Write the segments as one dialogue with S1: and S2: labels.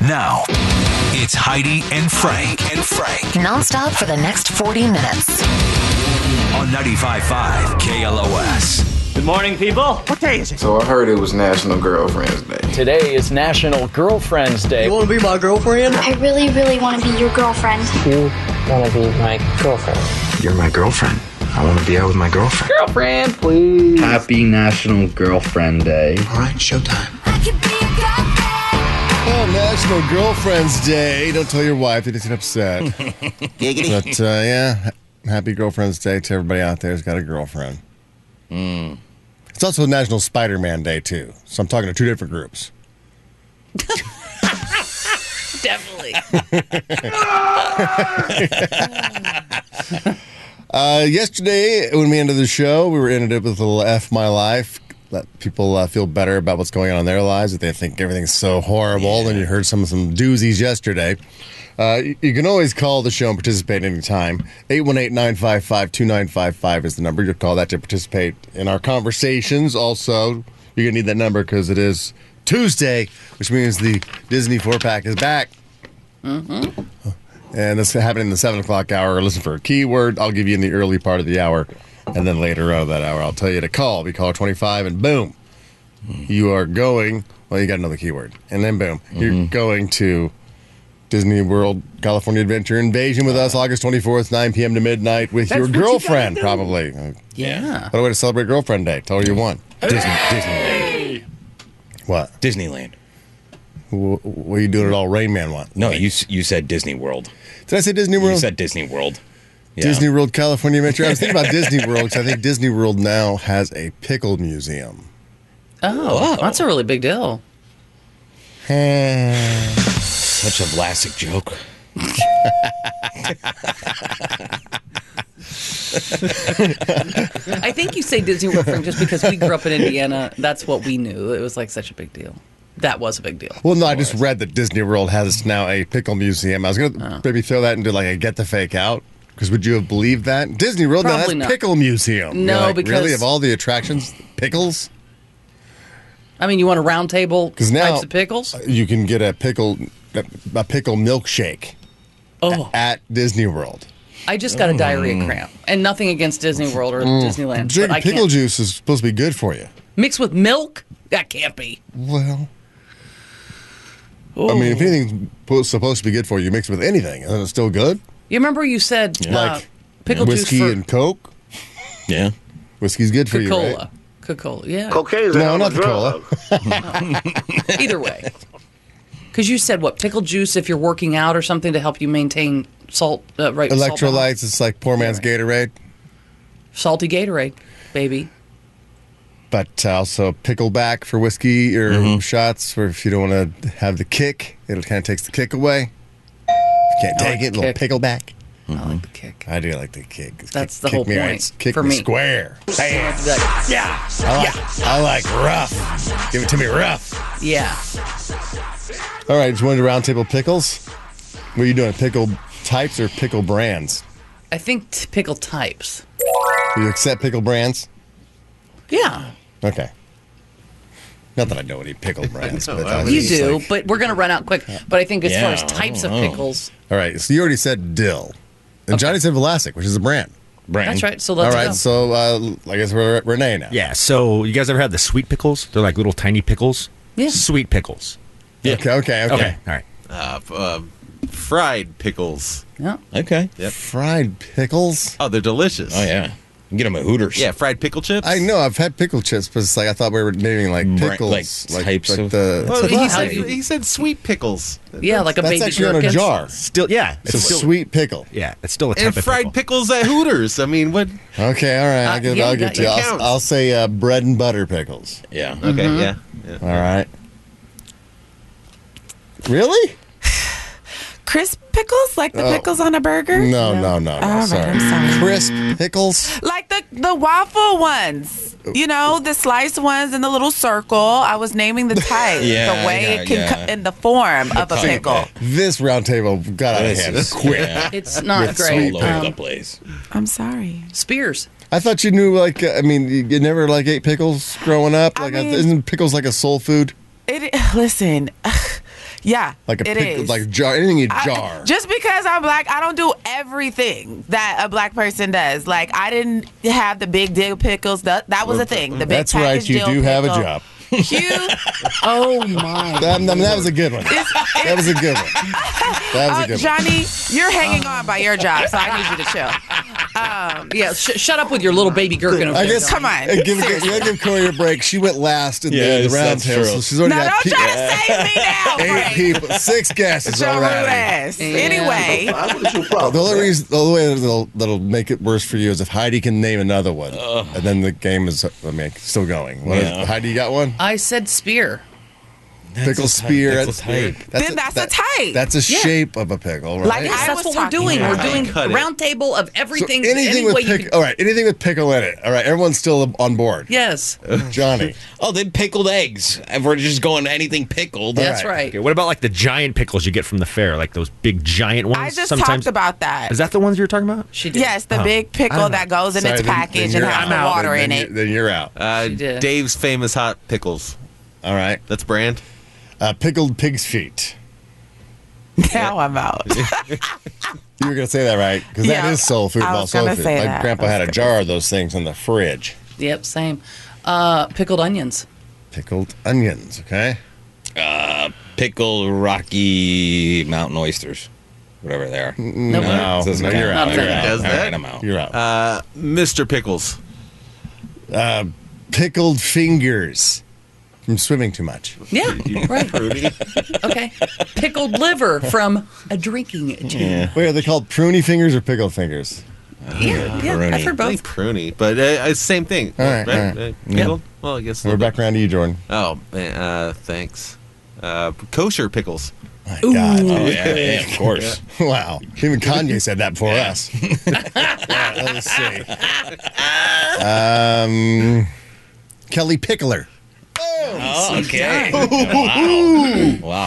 S1: Now, it's Heidi and Frank and Frank
S2: nonstop for the next 40 minutes.
S1: on 95.5 KLOS.
S3: Good morning, people.
S4: So I heard it was National Girlfriend's Day.
S3: Today is National Girlfriends Day.
S5: You want to be my girlfriend?
S6: I really, really want to be your girlfriend.
S7: you want to be my girlfriend.
S8: You're my girlfriend. I want to be out with my girlfriend.
S9: Happy National Girlfriend Day.
S8: All right, showtime.
S10: Oh, National Girlfriend's Day. Don't tell your wife that it's an upset. but uh, yeah, ha- happy Girlfriend's Day to everybody out there who's got a girlfriend. It's also National Spider Man Day, too. So I'm talking to two different groups. Uh, yesterday, when we ended the show, we were ended up with a little F My Life. Let people uh, feel better about what's going on in their lives if they think everything's so horrible. And you heard some some doozies yesterday. Uh, you, you can always call the show and participate anytime. 818 955 2955 is the number. You'll call that to participate in our conversations. Also, you're going to need that number because it is Tuesday, which means the Disney 4 pack is back. And this is happening in the seven o'clock hour. Listen for a keyword. I'll give you in the early part of the hour. And then later on that hour, I'll tell you to call. Be caller 25, and boom, you are going. Well, you got another keyword. And then boom,
S8: Mm-hmm.
S10: you're going to Disney World California Adventure Invasion with us August 24th, 9 p.m. to midnight with your girlfriend, probably.
S9: Yeah.
S10: What a way to celebrate Girlfriend Day. Tell her you want.
S8: Disney, Disneyland.
S10: What?
S8: Disneyland.
S10: Wh- What are you doing at all Rain Man want?
S8: No, you s- you said Disney World.
S10: Did I say Disney
S8: You
S10: World?
S8: said Disney World. Yeah.
S10: Disney World California Adventure. I was thinking about Disney World because I think Disney World now has a pickle museum.
S5: Oh, that's a really big deal. Hmm.
S8: Such a classic joke.
S5: I think you say Disney World Frank just because we grew up in Indiana. That's what we knew. It was like such a big deal. That was a big deal.
S10: Well, no, I just read that Disney World has now a pickle museum. I was going
S5: Oh.
S10: to maybe throw that into like a get the fake out. Because would you have believed that Disney World now has
S5: Probably not.
S10: pickle museum? You're
S5: No,
S10: like, really
S5: because-
S10: of all the attractions, pickles.
S5: I mean, you want a round table
S10: 'Cause now-
S5: types of pickles?
S10: You can get a pickle, a, a pickle milkshake
S5: Oh,
S10: at Disney World.
S5: I just got a
S8: Mm.
S5: diarrhea cramp, and nothing against Disney World or Disneyland. But I
S10: Drinking Mm. pickle
S5: can't.
S10: juice is supposed to be good for you.
S5: Mixed with milk? That can't be.
S10: Well, I mean, if anything's po- supposed to be good for you, mix it with anything, and it's still good.
S5: You remember you said uh,
S10: Like
S5: pickle
S10: whiskey
S5: juice for
S10: and Coke.
S8: Yeah.
S10: Whiskey's good for you, right?
S5: Coca-Cola. Coca-Cola, yeah.
S4: Okay,
S10: No, not the cola.
S5: Either way. Because you said what pickle juice if you're working out or something to help you maintain salt uh, right salt balance.
S10: Electrolytes. It's like poor man's Gatorade,
S5: salty Gatorade, baby.
S10: but uh, also pickleback for whiskey or
S5: Mm-hmm.
S10: shots. Or if you don't want to have the kick, it kind of takes the kick away. If you can't take
S5: like
S10: it, a little
S5: kick.
S10: pickleback.
S5: I like the kick.
S10: Mm-hmm. I do like the kick.
S5: That's
S10: Kick-
S5: the
S10: kick
S5: whole
S10: me right-
S5: point
S10: Kick
S5: for
S10: me
S5: me.
S10: square. Bam.
S5: That-
S10: I like, I like rough. Give it to me rough.
S5: yeah.
S10: All right, just wanted to roundtable pickles. What are you doing? Pickle types or pickle brands?
S5: I think t- pickle types.
S10: Do you accept pickle brands?
S5: Yeah.
S10: Okay. Not that I know any pickle brands, but I was
S5: You
S10: just
S5: do,
S10: like-
S5: but we're going to run out quick. But I think as
S8: Yeah,
S5: far as
S8: I
S5: types of
S8: don't know.
S5: pickles,
S10: all right, so you already said dill, and Johnny said Vlasic, which is a brand.
S8: Brand.
S5: that's right. So let's
S10: all right,
S5: go.
S10: so uh, I guess we're at Renee now.
S11: Yeah, so you guys ever had the sweet pickles? They're like little tiny pickles.
S5: Yeah.
S11: Sweet pickles.
S8: Yeah.
S10: Okay, okay, okay.
S11: All right.
S9: Fried pickles.
S5: yeah.
S8: Okay.
S10: Fried pickles.
S9: Oh, they're delicious.
S8: Oh yeah. You get them at Hooters.
S9: Yeah, fried pickle chips.
S10: I know I've had pickle chips, but it's like I thought we were naming like
S8: Bra-
S10: pickles,
S8: like types of-
S10: the.
S9: Well,
S5: That's
S9: he,
S5: what I
S9: said,
S5: like.
S9: he said sweet pickles.
S5: Yeah, like a
S10: that's
S5: baby
S10: actually on a
S5: gherkin.
S10: jar.
S11: Still, yeah,
S10: It's a
S11: still
S10: sweet pickle.
S11: Yeah, it's still a type
S9: And
S11: of
S9: fried
S11: pickle.
S9: pickles at Hooters. I mean, what?
S10: Okay, all right,
S5: Uh,
S10: I'll give,
S5: yeah,
S10: I'll
S5: you
S10: give
S5: got-
S10: it to you.
S5: it
S10: I'll,
S9: counts.
S10: I'll say uh, bread and butter pickles.
S8: Yeah.
S9: Okay,
S5: Mm-hmm.
S9: yeah. yeah.
S10: All right. Really?
S7: Crisp pickles, like the
S10: Oh.
S7: pickles on a burger?
S10: No, no, no. no
S7: All right,
S10: sorry.
S7: I'm sorry.
S10: Crisp pickles.
S7: Like the the waffle ones. You know, the sliced ones in the little circle. I was naming the type,
S8: Yeah,
S7: the way
S8: yeah,
S7: it can
S8: yeah.
S7: co- in the form of a
S8: Okay.
S7: pickle.
S10: This roundtable got out of
S8: This
S10: hand
S8: is
S10: quick.
S8: Yeah.
S5: It's not
S8: It's all
S5: great.
S8: over the
S5: Um,
S8: place.
S7: I'm sorry.
S5: Spears.
S10: I thought you knew, like, uh, I mean, you, you never like ate pickles growing up.
S7: I
S10: Like,
S7: mean-
S10: isn't pickles like a soul food?
S7: It listen. Yeah,
S10: Like a
S7: it
S10: pick,
S7: is.
S10: like jar, anything you
S7: I-
S10: jar.
S7: just because I'm black, I don't do everything that a black person does. Like I didn't have the big deal pickles. That that was a thing. The big
S10: That's right.
S7: packaged
S10: You
S7: dill
S10: do have a
S7: pickle.
S10: job.
S5: Oh my!
S10: That, I mean, that was a good one. That was a good one. That was a
S7: Uh,
S10: good one.
S7: Johnny, you're hanging on by your job, so I need you to chill.
S5: Yeah, sh- shut up with your little baby gherkin. Over
S10: I
S5: there,
S10: guess
S5: Johnny.
S7: Come on.
S10: Uh, Give, give, yeah, give Corey a break. She went last in the,
S8: Yes,
S10: the round
S8: that's
S10: table, so
S8: true.
S10: she's already
S7: Now
S10: got
S7: don't
S10: pe-
S7: try to save me now,
S10: eight
S7: Frank.
S10: people, six guesses
S7: It's your rude
S10: already.
S7: ass.
S5: Yeah.
S7: Anyway,
S4: What is your
S10: The
S4: problem?
S10: only reason, the only way that'll, that'll make it worse for you is if Heidi can name another one, and then the game is, I mean, still going. What if-
S8: Yeah.
S10: Heidi, you got one?
S5: I said spear.
S10: pickle spear.
S8: That's a type.
S7: Then that's a type.
S10: That's a
S5: Yeah.
S10: shape of a pickle, right?
S7: Like I
S5: Yes, that's
S7: was
S5: what we're
S7: talking
S5: doing.
S7: about
S5: We're doing
S9: Cut it.
S5: round table of
S10: So
S5: everything. any
S10: anything with
S5: way you
S10: pickle.
S5: could-
S10: all right, anything with pickle in it. All right, everyone's still on board.
S5: Yes,
S10: Johnny.
S8: Oh, then pickled eggs. If we're just going anything pickled.
S5: that's
S10: right.
S5: right.
S11: Okay, what about like the giant pickles you get from the fair, like those big giant ones?
S7: I just
S11: Sometimes
S7: talked about that.
S11: Is that the ones you were talking about?
S5: She did.
S7: Yes, the big
S11: Oh. I
S7: pickle
S11: don't know.
S7: that goes in
S10: Sorry,
S7: its
S10: then-
S7: package
S10: then
S7: and
S10: you're
S7: has the
S10: out.
S7: water
S10: Then-
S7: in
S10: then
S7: it.
S10: you- Then you're out.
S9: Uh,
S5: She did.
S9: Dave's famous hot pickles.
S10: All right.
S9: That's brand.
S10: Uh, pickled pig's feet.
S7: Now I'm out.
S10: You were gonna say that right because
S7: Yeah,
S10: that is soul food.
S7: I
S10: of all
S7: was
S10: soul
S7: gonna
S10: food.
S7: say
S10: My
S7: that.
S10: grandpa
S7: I
S10: had
S7: was
S10: a jar of those things in the fridge.
S5: Yep. Same. Uh, pickled onions.
S10: Pickled onions. Okay.
S8: Pickled Rocky Mountain oysters. Whatever they are.
S5: Nope.
S10: No,
S8: It doesn't
S10: no,
S8: count.
S10: you're out.
S5: Not
S8: You're
S5: fair.
S8: out.
S9: Does
S8: All
S9: that?
S8: right, I'm out.
S10: You're out.
S9: Uh, Mr. Pickles.
S10: pickled fingers from swimming too much.
S5: Yeah. Right. Okay. Pickled liver from a drinking team.
S10: Wait, are they called pruny fingers or pickled fingers?
S5: Yeah. Yeah.
S8: Pepperoni.
S5: I've heard
S9: I think
S5: both.
S9: pruny, but uh, uh, same thing.
S10: All right, all right.
S9: Uh, pickled? Well, I guess. a
S10: We're
S9: little
S10: back around to you, Jordan.
S9: bit. Oh, man, uh, thanks. Uh, kosher pickles.
S10: My God.
S8: Oh, yeah, yeah, of course.
S10: Wow. Even Kanye said that before us. All right, let's see. Um, Kelly Pickler.
S8: Oh, okay. wow.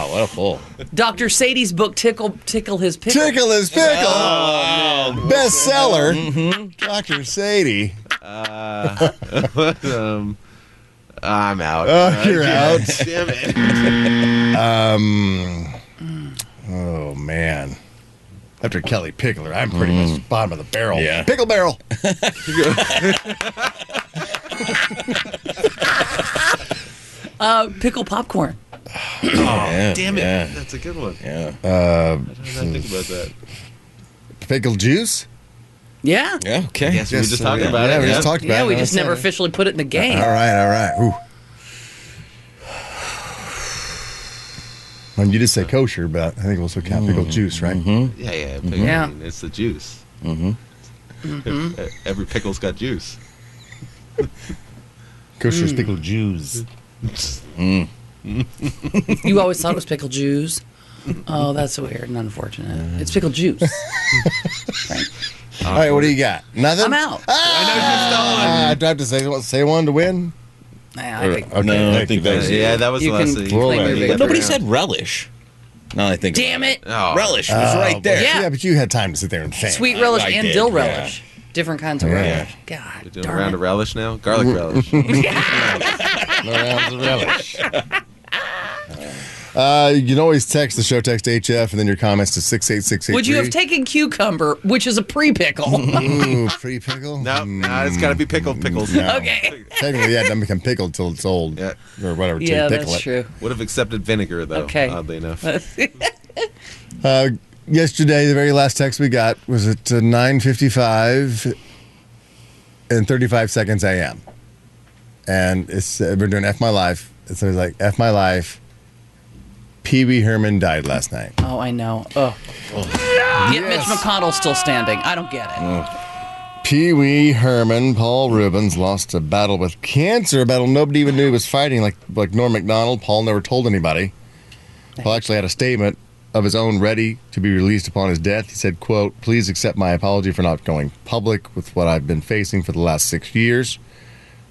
S8: wow, what a pull.
S5: Dr. Sadie's book tickle tickle his pickle.
S10: Tickle is
S9: Oh,
S10: pickle. Bestseller.
S9: Mm-hmm.
S10: Dr. Sadie.
S9: Uh, Um, I'm out.
S10: Oh, you're out. Um,
S9: Damn it.
S10: Oh, man. After Kelly Pickler, I'm pretty
S9: Mm.
S10: much bottom of the barrel.
S8: Yeah.
S10: Pickle barrel.
S5: Uh, pickle popcorn.
S8: yeah,
S9: Damn it.
S8: Yeah.
S9: That's a good one.
S8: Yeah.
S9: I did not think about that.
S10: Pickle juice.
S5: Yeah.
S8: yeah, okay.
S9: Yes, we were just talking about
S10: yeah,
S9: it.
S10: we just
S9: yeah.
S10: talked about
S5: Yeah.
S10: it.
S5: We just
S10: That's
S5: never
S10: it.
S5: officially put it in the game.
S10: All right, all right. Ooh. Well, you did say kosher, but I think it also count
S9: Mm-hmm.
S10: pickle juice, right?
S9: Yeah, yeah. pickle.
S5: Yeah.
S9: I mean, it's the juice. Mm-hmm. Every pickle's got juice.
S10: Kosher is
S9: Mm.
S10: pickle juice.
S5: You always thought it was pickled juice. Oh, that's weird and unfortunate. It's pickled juice.
S10: All right, what do you got? Nothing.
S5: I'm out.
S10: Ah, do I have to say one, say one to win?
S5: Nah, I think-
S8: No, I
S10: thank
S8: think
S10: you.
S8: that was it.
S9: yeah, that was
S5: You
S9: the last
S5: can
S9: thing.
S5: play
S9: Yeah,
S5: movie.
S9: you got
S8: Nobody
S9: the
S8: said
S9: round.
S8: relish. No, I think.
S5: Damn
S8: about
S5: it.
S9: Oh.
S8: Relish was right there.
S5: Yeah.
S10: Yeah. but you had time to sit there and think.
S5: Sweet relish
S8: I
S5: and
S8: did,
S5: dill
S8: yeah.
S5: relish. Different kinds of relish.
S9: We're
S5: God.
S9: doing a
S5: darn
S9: round
S5: it.
S9: of relish now. Garlic
S10: Mm.
S9: relish.
S10: No rounds of relish. Uh, you can always text the show text HF and then your comments to six eight six eight.
S5: Would you have taken cucumber, which is a pre pickle?
S10: Ooh, free pickle?
S9: No, no, it's got to be pickled pickles.
S10: Mm. No.
S5: okay.
S10: Technically, yeah, it doesn't become pickled till it's old
S9: Yeah.
S10: or whatever. till you
S5: Yeah,
S10: pickle
S5: that's
S10: it.
S5: true.
S9: Would have accepted vinegar though.
S5: Okay.
S9: Oddly enough.
S10: Uh, yesterday, the very last text we got was at uh, 9.55 and 35 seconds a.m. And it's uh, we're doing F My Life. And so it's like, F My Life, Pee Wee Herman died last night.
S5: Oh, I know. Oh. Yet Mitch McConnell's still standing. I don't get it.
S10: Mm. Pee Wee Herman, Paul Rubens, lost a battle with cancer, a battle nobody even knew he was fighting, like, like Norm MacDonald. Paul never told anybody. Paul actually had a statement of his own ready to be released upon his death. He said, quote, please accept my apology for not going public with what I've been facing for the last six years.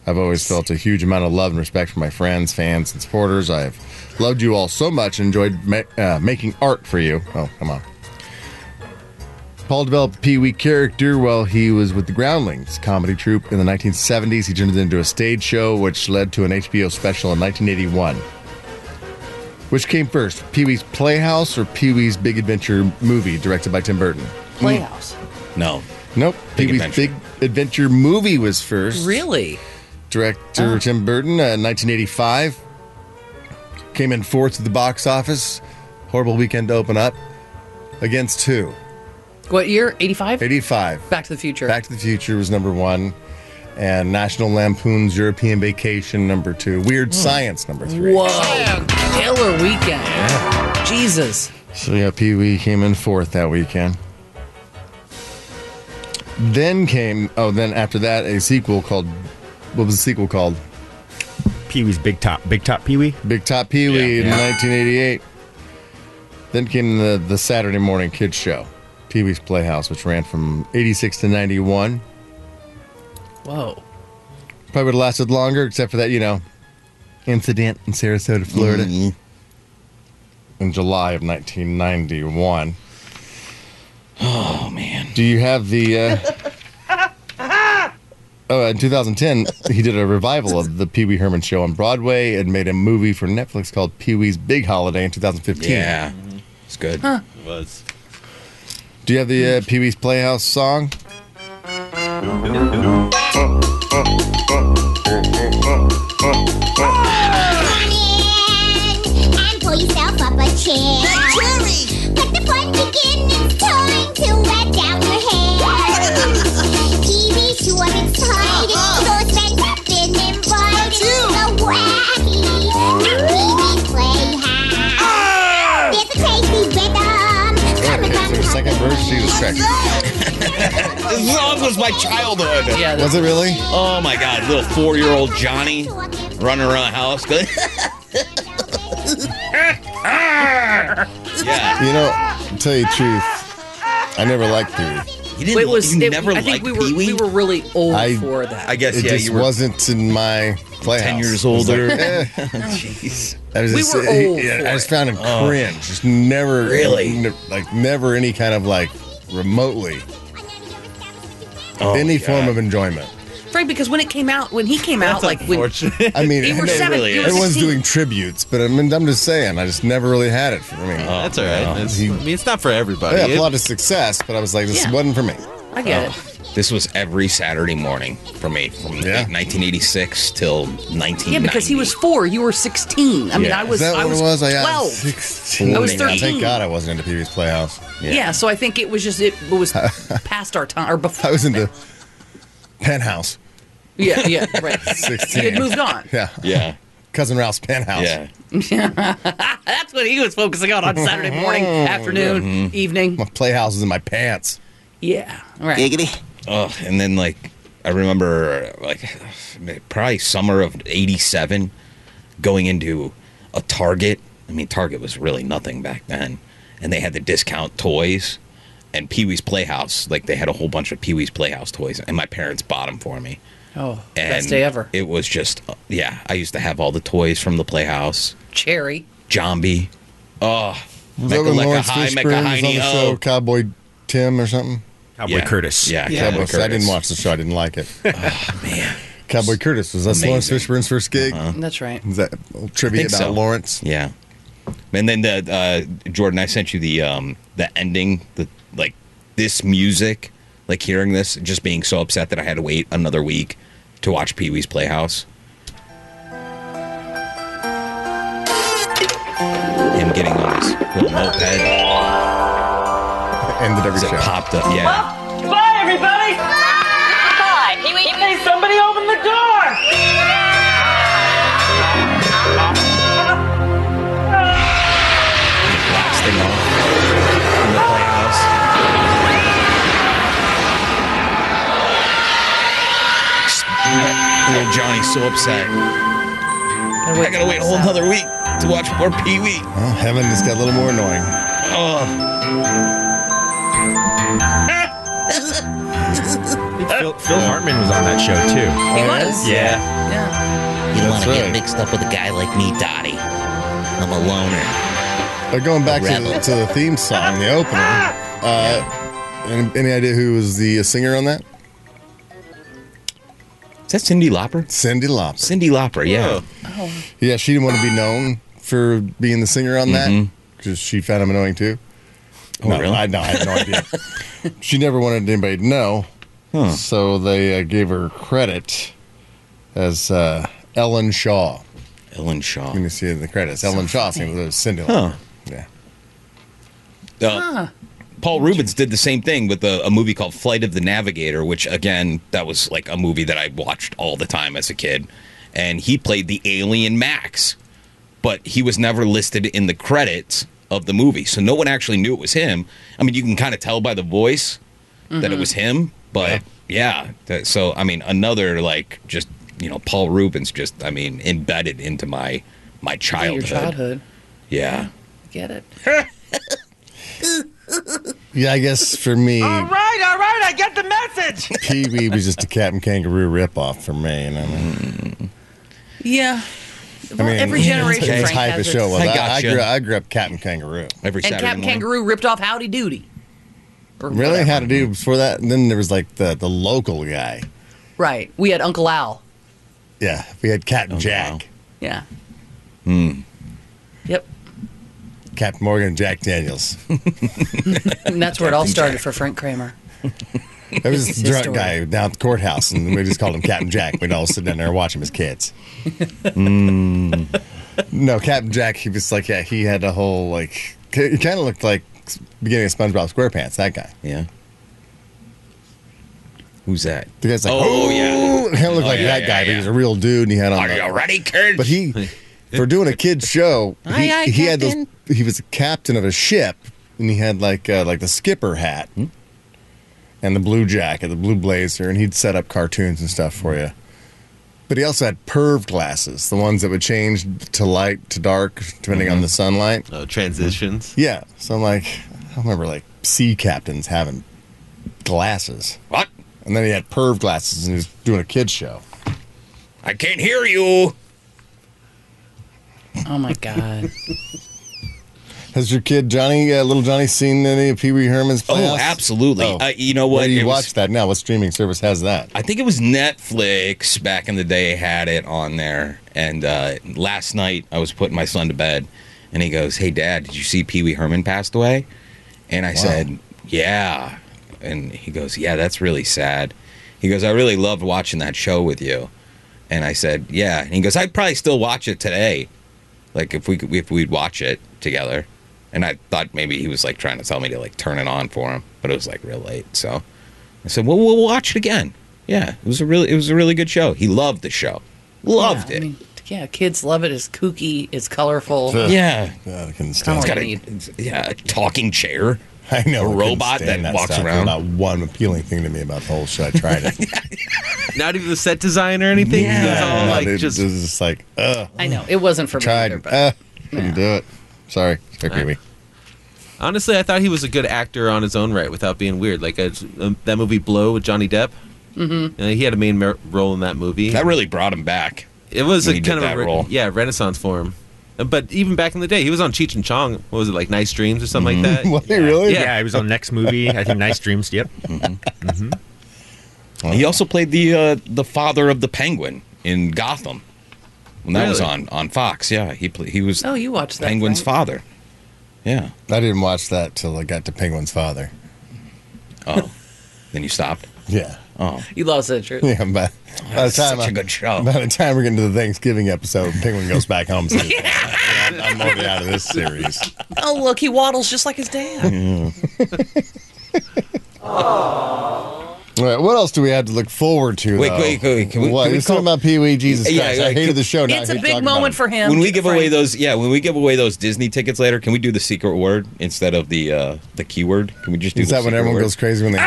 S10: I've always felt a huge amount of love and respect for my friends, fans, and supporters. I have loved you all so much and enjoyed ma- uh, making art for you. Oh, come on. Paul developed the Pee Wee character while he was with the Groundlings comedy troupe in the 1970s. He turned it into a stage show, which led to an HBO special in 1981. Which came first, Pee Wee's Playhouse or Pee Wee's Big Adventure movie directed by Tim Burton? Mm,
S5: Playhouse.
S8: No.
S10: Nope.
S8: Big
S10: Pee Wee's
S8: Adventure.
S10: Big Adventure movie was first.
S5: Really?
S10: Director Tim Burton, uh, 1985. Came in fourth at the box office. Horrible weekend to open up. Against two.
S5: What year? 85?
S10: 85.
S5: Back to the Future.
S10: Back to the Future was number one. And National Lampoon's European Vacation, number two. Weird Science, number three.
S5: Whoa. Killer weekend. Jesus.
S10: So yeah, Pee Wee came in fourth that weekend. Then came oh, then after that a sequel called what was the sequel called?
S11: Pee Wee's Big Top. Big Top Pee Wee?
S10: Big Top Pee Wee in 1988. Then came the the Saturday morning kids show, Pee Wee's Playhouse, which ran from 86 to 91.
S5: Whoa.
S10: Probably would have lasted longer, except for that you know incident in Sarasota, Florida,
S8: Mm-hmm.
S10: in July of 1991.
S8: Oh man.
S10: Do you have the? Uh... Oh, in 2010, he did a revival of the Pee Wee Herman show on Broadway and made a movie for Netflix called Pee Wee's Big Holiday in 2015.
S8: Yeah. It's good.
S9: It was.
S10: Do you have the uh, Pee Wee's Playhouse song?
S6: And pull yourself up a chair. Let the fun begin. It's time to wet down your hair. Pee-wee's short and tight. Those friends have been invited. The wacky Pee-wee's playhouse. There's
S10: Okay,
S6: a crazy rhythm coming from
S10: so the second verse, she was correct.
S8: This song was my childhood.
S5: Yeah.
S10: Was it really?
S8: Oh my god, little four year old Johnny running around the house. yeah.
S10: You know, to tell you the truth, I never liked Pee Wee.
S8: You didn't
S5: It was.
S8: you
S5: it-
S8: never
S5: I think
S8: liked
S5: we were
S8: Pee Wee?
S5: we were really old
S10: I-
S5: for that.
S8: I guess
S10: It
S8: yeah,
S10: just
S8: you were
S10: wasn't in my playhouse.
S8: ten years
S10: It was like,
S8: older.
S10: eh.
S8: Jeez.
S10: I was
S5: We
S10: just,
S5: were
S10: he-
S5: old
S10: yeah,
S5: for
S10: I just
S5: it. Oh.
S10: found him cringe. Just never
S8: Really?
S10: ne- like never any kind of like remotely
S8: Oh,
S10: any
S8: God.
S10: form of enjoyment.
S5: Frank, because when it came out, when he came out, like when
S9: Unfortunate.
S10: I mean,
S5: you were
S10: it-
S5: seven,
S8: really
S5: you were
S8: is.
S10: everyone's
S5: 16.
S10: doing tributes, but I mean, I'm just saying, I just never really had it for me.
S5: Oh,
S9: That's all right. It's, I mean, it's not for everybody.
S10: I had
S9: It-
S10: a lot of success, but I was like, this
S5: Yeah.
S10: wasn't for me.
S5: I get it.
S8: This was every Saturday morning for me from
S10: Yeah.
S8: like 1986 till 1990.
S5: Yeah, because he was four, you were sixteen. I mean,
S8: Yeah.
S5: I
S10: Is
S5: was.
S10: that
S5: I
S10: what
S5: was
S10: it was? I got
S5: twelve.
S10: 16.
S5: I was
S10: Thank
S5: 13.
S10: God I wasn't into Pee Wee's Playhouse.
S5: yeah. so I think it was just it was past our time
S10: I
S5: or before.
S10: was into Penthouse.
S5: Yeah, yeah, right.
S10: 16.
S5: He had moved on.
S10: Yeah.
S8: Yeah.
S10: Cousin Ralph's Penthouse.
S8: Yeah.
S5: That's what he was focusing on on Saturday morning, afternoon, evening.
S10: Mm-hmm. My playhouse is in my pants.
S5: Yeah, right.
S8: Oh, and then like I remember like probably summer of '87, going into a Target. I mean, Target was really nothing back then, and they had the discount toys and Pee Wee's Playhouse. Like they had a whole bunch of Pee Wee's Playhouse toys, and my parents bought them for me.
S5: Oh,
S8: And
S5: best day ever.
S8: It was just yeah. I used to have all the toys from the Playhouse.
S5: Cherry.
S8: Zombie. Oh,
S10: Was that when
S8: Mechaleka
S10: Lawrence
S8: High,
S10: Fishburne was on the
S8: Mechalhynio.
S10: show Cowboy Tim or something?
S11: Cowboy
S8: Yeah.
S11: Curtis.
S8: Yeah, Oh,
S10: Cowboy Curtis. I didn't watch the show. I didn't like it.
S8: Man.
S10: Cowboy Curtis was that Lawrence
S8: Amazing. Uh-huh.
S10: Fishburne's first gig?
S5: That's right.
S10: Is that a little trivia
S8: think
S10: about
S8: so.
S10: Lawrence?
S8: Yeah. And then the uh, Jordan, I sent you the um, the ending, the like this music, like hearing this, just being so upset that I had to wait another week to watch Pee Wee's Playhouse. Him getting on his little moped,
S10: Ended every
S8: as it
S10: show.
S8: popped up. Yeah,
S12: Goodbye, everybody. Goodbye. Hey, somebody open the door.
S8: blasting off in the playhouse. Little Johnny's so upset. I gotta wait a whole another week to watch more Pee Wee.
S10: Well, heaven just got a little more annoying.
S11: Phil, Phil Hartman was on that show too.
S5: He was.
S11: Yeah.
S5: Yeah.
S10: You don't want to get
S8: mixed up with a guy like me, Dottie. I'm a loner.
S10: But going back to the,
S8: rebel.
S10: to the theme song, the opener. Uh, any, any idea who was the singer on that?
S8: Is that Cindy Lauper?
S10: Cindy Lauper.
S8: Cindy Lauper, yeah.
S10: Yeah, she didn't want to be known for being the singer on that? Because she found him annoying too.
S5: Oh,
S10: no,
S5: really?
S10: I, no, I had no idea. she never wanted anybody to know, so they uh, gave her credit as uh, Ellen Shaw.
S5: Ellen Shaw.
S10: You can see it in the credits. Ellen Shaw, same with Cindy.
S5: Huh.
S10: Yeah.
S5: Uh, Paul Rubens did the same thing with a, a movie called Flight of the Navigator, which again, that was like a movie that I watched all the time as a kid. And he played the alien Max, but he was never listed in the credits of the movie. So no one actually knew it was him. I mean, you can kind of tell by the voice that it
S13: Mhm.
S5: was him, but yeah. that- so, I mean, another like just, you know, Paul Rubens just, I mean, embedded into my my childhood.
S14: childhood.
S5: Yeah.
S14: Get it?
S10: Yeah, I guess for me,
S7: All right, all right, I get the message.
S10: Pee Wee was just a Captain Kangaroo ripoff for me. You know?
S14: Yeah.
S10: I
S14: Well,
S10: mean,
S14: every
S10: yeah,
S14: generation,
S10: it's
S14: Frank,
S10: type
S14: has
S10: of show.
S14: its-
S10: was. I, I
S5: gotcha.
S10: grew, I grew up Captain Kangaroo.
S5: Every
S14: and Captain Kangaroo ripped off Howdy Doody. Or
S10: Really?
S14: whatever.
S10: How to do before that? And then there was like the the local guy.
S14: Right. We had Uncle Al.
S10: Yeah, we had Captain Jack,
S14: Yeah.
S10: Hmm.
S14: Yep.
S10: Captain Morgan, and Jack Daniels.
S14: And that's where it all started for Frank Kramer.
S10: There was this
S14: His
S10: drunk
S14: story.
S10: guy down at the courthouse, and we just called him Captain Jack. We'd all sit down there and watch him as kids. Mm. No, Captain Jack. He was like, yeah, he had a whole like. He kind of looked like beginning of SpongeBob SquarePants. That guy.
S5: Yeah. Who's that?
S10: The guy's like,
S5: Oh,
S10: oh,
S5: yeah.
S10: yeah, kind of looked
S5: Oh,
S10: like
S5: yeah,
S10: that
S5: yeah,
S10: guy, but
S5: yeah.
S10: he was a real dude, and he had on.
S5: Are
S10: the-
S5: you ready, kids?
S10: But he, for doing a kids show, he,
S5: Aye, aye,
S10: he had those.
S5: Captain.
S10: He was a captain of a ship, and he had like uh, like the skipper hat, and the blue jacket, the blue blazer, and he'd set up cartoons and stuff for you. But he also had perv glasses, the ones that would change to light to dark depending on the sunlight.
S8: Uh, transitions.
S10: Yeah, so I'm like, I remember like sea captains having glasses.
S5: What?
S10: And then he had perv glasses, and he was doing a kids show.
S5: I can't hear you.
S14: Oh my God.
S10: Has your kid Johnny, uh, little Johnny, seen any of Pee Wee Herman's
S5: Oh,
S10: playoffs?
S5: absolutely.
S10: Oh.
S5: Uh, you know what?
S10: Where do you
S5: It was-
S10: watch that now? What streaming service has that?
S5: I think it was Netflix back in the day had it on there. And uh, last night I was putting my son to bed, and he goes, "Hey, Dad, did you see Pee Wee Herman passed away?" And I said, "Yeah." And he goes, "Yeah, that's really sad." He goes, "I really loved watching that show with you." And I said, "Yeah." And he goes, "I'd probably still watch it today, like if we could, if we'd watch it together." And I thought maybe he was like trying to tell me to like turn it on for him, but it was like real late. So I said, "Well, we'll watch it again." Yeah, it was a really it was a really good show. He loved the show, loved
S14: Yeah, I
S5: it.
S14: mean, yeah, kids love it. It's kooky. It's colorful.
S5: yeah,
S10: I couldn't
S14: stand
S5: it's
S14: it.
S5: got a, it's- yeah, a talking chair.
S10: I know I
S5: a
S10: couldn't
S5: robot that,
S10: stand
S5: walks
S10: stuff. There's
S5: around.
S10: Not one appealing thing to me about the whole show. I tried it.
S8: Not even the set design or anything.
S10: Yeah.
S8: It's all
S10: No,
S8: like
S10: dude,
S8: just
S10: this is just like, ugh.
S14: I know it wasn't for me
S10: Tried.
S14: either, but
S10: Uh, couldn't do it. Sorry, sorry, creepy.
S8: honestly, I thought he was a good actor on his own right, without being weird. Like uh, that movie Blow with Johnny Depp.
S14: Mhm.
S8: Uh, he had a main mer- role in that movie.
S5: That really brought him back.
S8: It was
S5: when
S8: a
S5: he did
S8: kind of
S5: that
S8: a re-
S5: role.
S8: yeah renaissance for him. Uh, But even back in the day, he was on Cheech and Chong. What was it like? Nice Dreams or something
S5: Mm-hmm.
S8: like that.
S10: Was he really?
S8: Yeah.
S15: Yeah, he was on next movie. I think Nice Dreams. Yep. Mm-hmm.
S5: He also played the uh, the father of the penguin in Gotham when that was
S14: Really?
S5: on on Fox. Yeah, he pla he was
S14: oh, you watched that.
S5: Penguin's
S14: Frank.
S5: father. Yeah.
S10: I didn't watch that till I got to Penguin's father.
S5: Oh, then you stopped.
S10: Yeah.
S5: Oh,
S14: You lost that truth.
S10: Yeah, but by the
S5: That's
S10: time
S5: such
S10: I-
S5: a good show.
S10: By the time we're getting to the Thanksgiving episode, Penguin goes back home. and says, "Yeah, I'm already out of this series.
S14: Oh look, he waddles just like his dad.
S10: All right, what else do we have to look forward to?
S5: Wait,
S10: though?
S5: wait, wait, can we-
S10: What,
S5: can we
S10: we're talking about Pee Wee. Jesus
S5: Yeah,
S10: Christ,
S5: yeah,
S10: I hated
S5: can-
S10: the show. Now I
S14: it's a
S10: hate
S14: big
S10: talking about
S14: moment
S10: it.
S14: for him.
S5: when we give away
S14: Frank.
S5: those, yeah, when we give away those Disney tickets later, can we do the secret word instead of the uh, the keyword? Can we just do
S10: Is
S5: the
S10: that when
S5: secret
S10: everyone
S5: word? Ah!
S10: goes crazy when they? But,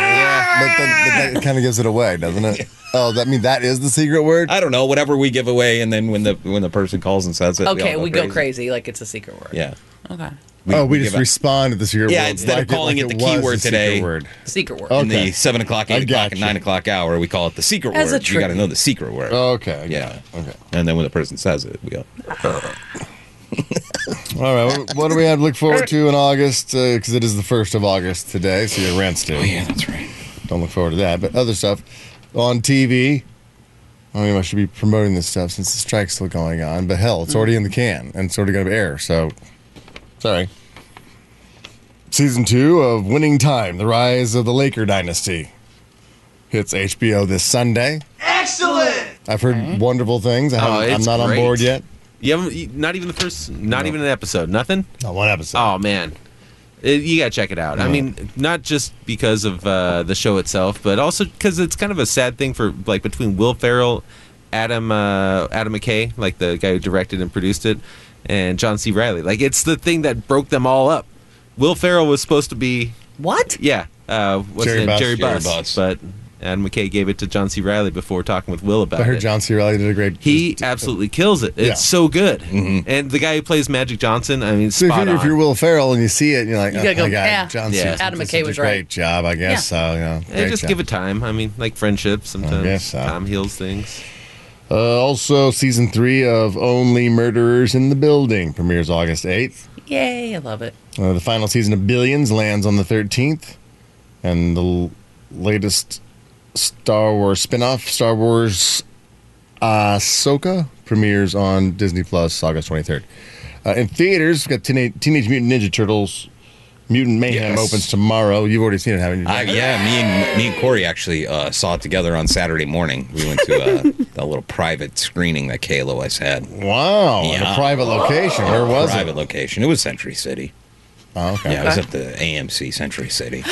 S10: then, but that kind of gives it away, doesn't it? Oh, that mean that is the secret word.
S5: I don't know. Whatever we give away, and then when the when the person calls and says it, all
S14: Okay, we go crazy.
S5: crazy.
S14: like it's a secret word.
S5: Yeah.
S14: Okay.
S10: oh, we,
S5: give
S10: just
S5: out-
S10: respond to the secret word.
S5: Yeah, instead
S10: like
S5: of calling it,
S10: like
S5: the
S10: was
S5: keyword
S10: secret
S5: today,
S10: word.
S14: Secret word.
S5: in
S10: Okay.
S5: the seven o'clock, eight o'clock, and nine o'clock hour, we call it the secret
S14: As a
S5: word. You got to
S14: tribute.
S5: know the secret word.
S9: Oh.
S10: Okay. I got
S5: yeah.
S10: it. Okay.
S5: And then when the person says it, we go. "Uh,
S10: All right. What, what do we have to look forward to in August? Because it is the first of August today, so your rent's due.
S5: yeah, that's right.
S10: Don't look forward to that, but other stuff on TV. I don't know if I should be promoting this stuff since the strike's still going on, but hell, it's already in the can and it's already going to air, so sorry. Season two of Winning Time The Rise of the Laker Dynasty hits HBO this Sunday.
S9: Excellent.
S10: I've heard wonderful things. I haven't- I'm not on board yet.
S9: You haven't, you- not even the first, not even an episode, nothing.
S10: Not one episode.
S9: Oh man, It- you gotta check it out. I
S10: Yeah.
S9: mean, not just because of uh, the show itself, but also because it's kind of a sad thing for like between Will Ferrell, Adam uh, Adam McKay, like the guy who directed and produced it, and John C. Riley. Like it's the thing that broke them all up. Will Ferrell was supposed to be
S5: what?
S9: Yeah, uh, what's
S10: Jerry
S9: Jerry name?
S10: Buss.
S9: Jerry
S10: Jerry
S9: Buss. But Adam McKay gave it to John C. Riley before talking with Will about
S10: I heard
S9: it.
S10: John C. Riley did a great.
S9: He absolutely kills it. It's
S10: Yeah. Mm-hmm.
S9: so good. And the guy who plays Magic Johnson, I mean,
S10: So if
S9: spot
S10: you're,
S9: on.
S10: if you're Will Ferrell and you see it, and you're like,
S5: You gotta
S10: oh
S5: go,
S10: my God,
S5: yeah.
S10: John
S9: Yeah.
S10: C.
S5: Adam
S10: did
S5: McKay
S10: such a
S5: was
S10: great
S5: right.
S10: job, I
S5: Yeah.
S10: guess. So, yeah.
S9: Yeah,
S10: great
S9: just
S10: job.
S9: give it time. I mean, like friendships sometimes.
S10: guess so.
S9: Time heals things.
S10: Uh, also, season three of Only Murderers in the Building premieres August 8th.
S5: Yay, I love it.
S10: Uh, the final season of Billions lands on the 13th. And the l- latest Star Wars spin off, Star Wars uh, Ahsoka, premieres on Disney Plus August 23rd. Uh, in theaters, we've got Teenage, Teenage Mutant Ninja Turtles. Mutant Mayhem
S8: Yes.
S10: opens tomorrow. You've already seen it, haven't you?
S8: I, yeah, me and me and Corey actually uh, saw it together on Saturday morning. We went to uh, a little private screening that KLOS had.
S10: Wow, in a private location. Where was it?
S8: Private location. It was Century City.
S10: Oh, okay.
S8: Yeah, it was at the AMC Century City.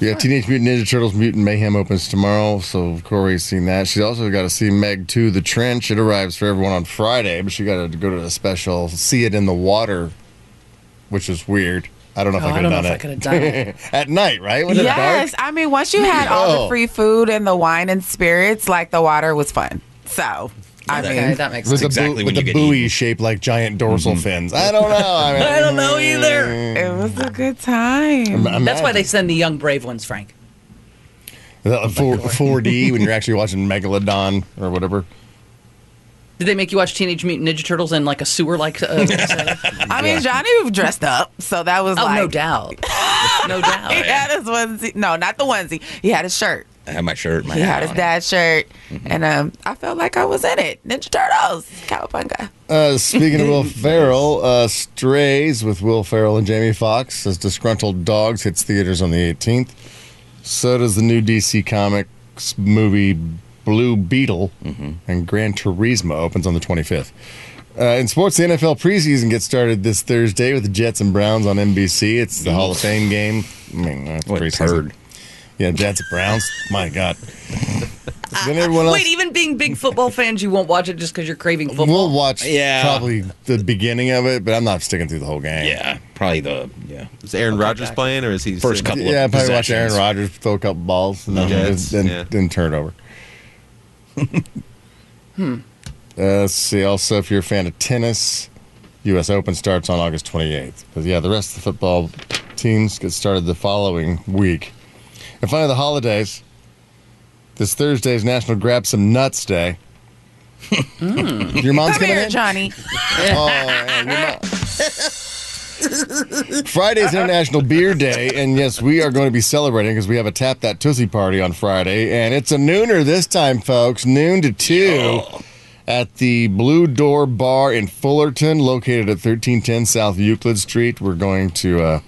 S10: Yeah, Teenage Mutant Ninja Turtles Mutant Mayhem opens tomorrow, so Corey's seen that. She's also got to see Meg 2 The Trench. It arrives for everyone on Friday, but she got to go to a special See It in the Water, which is weird. I don't know if
S5: Oh,
S10: I
S5: I
S10: could
S5: don't
S10: have
S5: know
S10: done
S5: if I
S10: it.
S5: could've done it.
S10: At night, right? When it's
S7: yes,
S10: dark?
S7: I mean once you had all
S10: Oh.
S7: the free food and the wine and spirits, like the water was fun. So I mean,
S5: Okay, that makes
S10: With
S5: sense.
S10: the,
S8: exactly when
S10: exactly with
S8: you
S10: the
S8: get Mm-hmm.
S10: buoy shaped like giant dorsal fins. I don't know. I, mean,
S5: I don't know either.
S7: it was a good time.
S10: mm,
S5: That's why they send the young brave ones, Frank.
S10: they. 4, d when you're actually watching Megalodon or whatever.
S5: Did they make you watch Teenage Mutant Ninja Turtles in like a sewer like? Uh,
S7: I mean, Johnny dressed up, so that was
S5: oh,
S7: like
S5: no doubt, no doubt.
S7: He had his onesie. No, not the onesie. He had his shirt.
S8: I had my shirt, my
S7: he
S8: hat
S7: had his
S8: on.
S7: dad's shirt,
S10: Mm-hmm.
S7: and um, I felt like I was in it. Ninja Turtles, Cowabunga.
S10: Uh, speaking of Will Ferrell, uh, Strays with Will Ferrell and Jamie Foxx as Disgruntled Dogs hits theaters on the 18th. So does the new DC Comics movie Blue Beetle,
S8: Mm-hmm.
S10: and Gran Turismo opens on the 25th. Uh, in sports, the NFL preseason gets started this Thursday with the Jets and Browns on NBC. It's the Hall of Fame game. I mean, that's
S8: What a
S10: preseason.
S8: turd.
S10: Yeah, Jets Browns. My God. then everyone else.
S5: Wait, even being big football fans, you won't watch it just because you're craving football.
S10: We'll watch
S8: Yeah.
S10: probably the beginning of it, but I'm not sticking through the whole game.
S8: Yeah, probably the yeah.
S9: Is Aaron Rodgers playing, or is he
S8: First
S9: sitting-
S8: couple of
S10: Yeah, I'd probably watch Aaron
S8: possessions.
S10: Rodgers throw a couple balls and then,
S9: Jets,
S10: then,
S9: yeah.
S10: then turn it over. hmm. Uh, let's see. Also, if you're a fan of tennis, U.S. Open starts on August 28th. But yeah, the rest of the football teams get started the following week. And finally, the holidays. This Thursday is National Grab Some Nuts Day.
S8: Hmm.
S10: Your mom's
S7: Come
S10: coming
S7: here,
S10: in.
S7: Johnny.
S10: Oh, yeah, you're not- Friday's International Beer Day, and yes, we are going to be celebrating because we have a Tap That Tootsie party on Friday, and it's a nooner this time, folks, noon to two. At the Blue Door Bar in Fullerton, located at 1310 South Euclid Street. We're going to uh,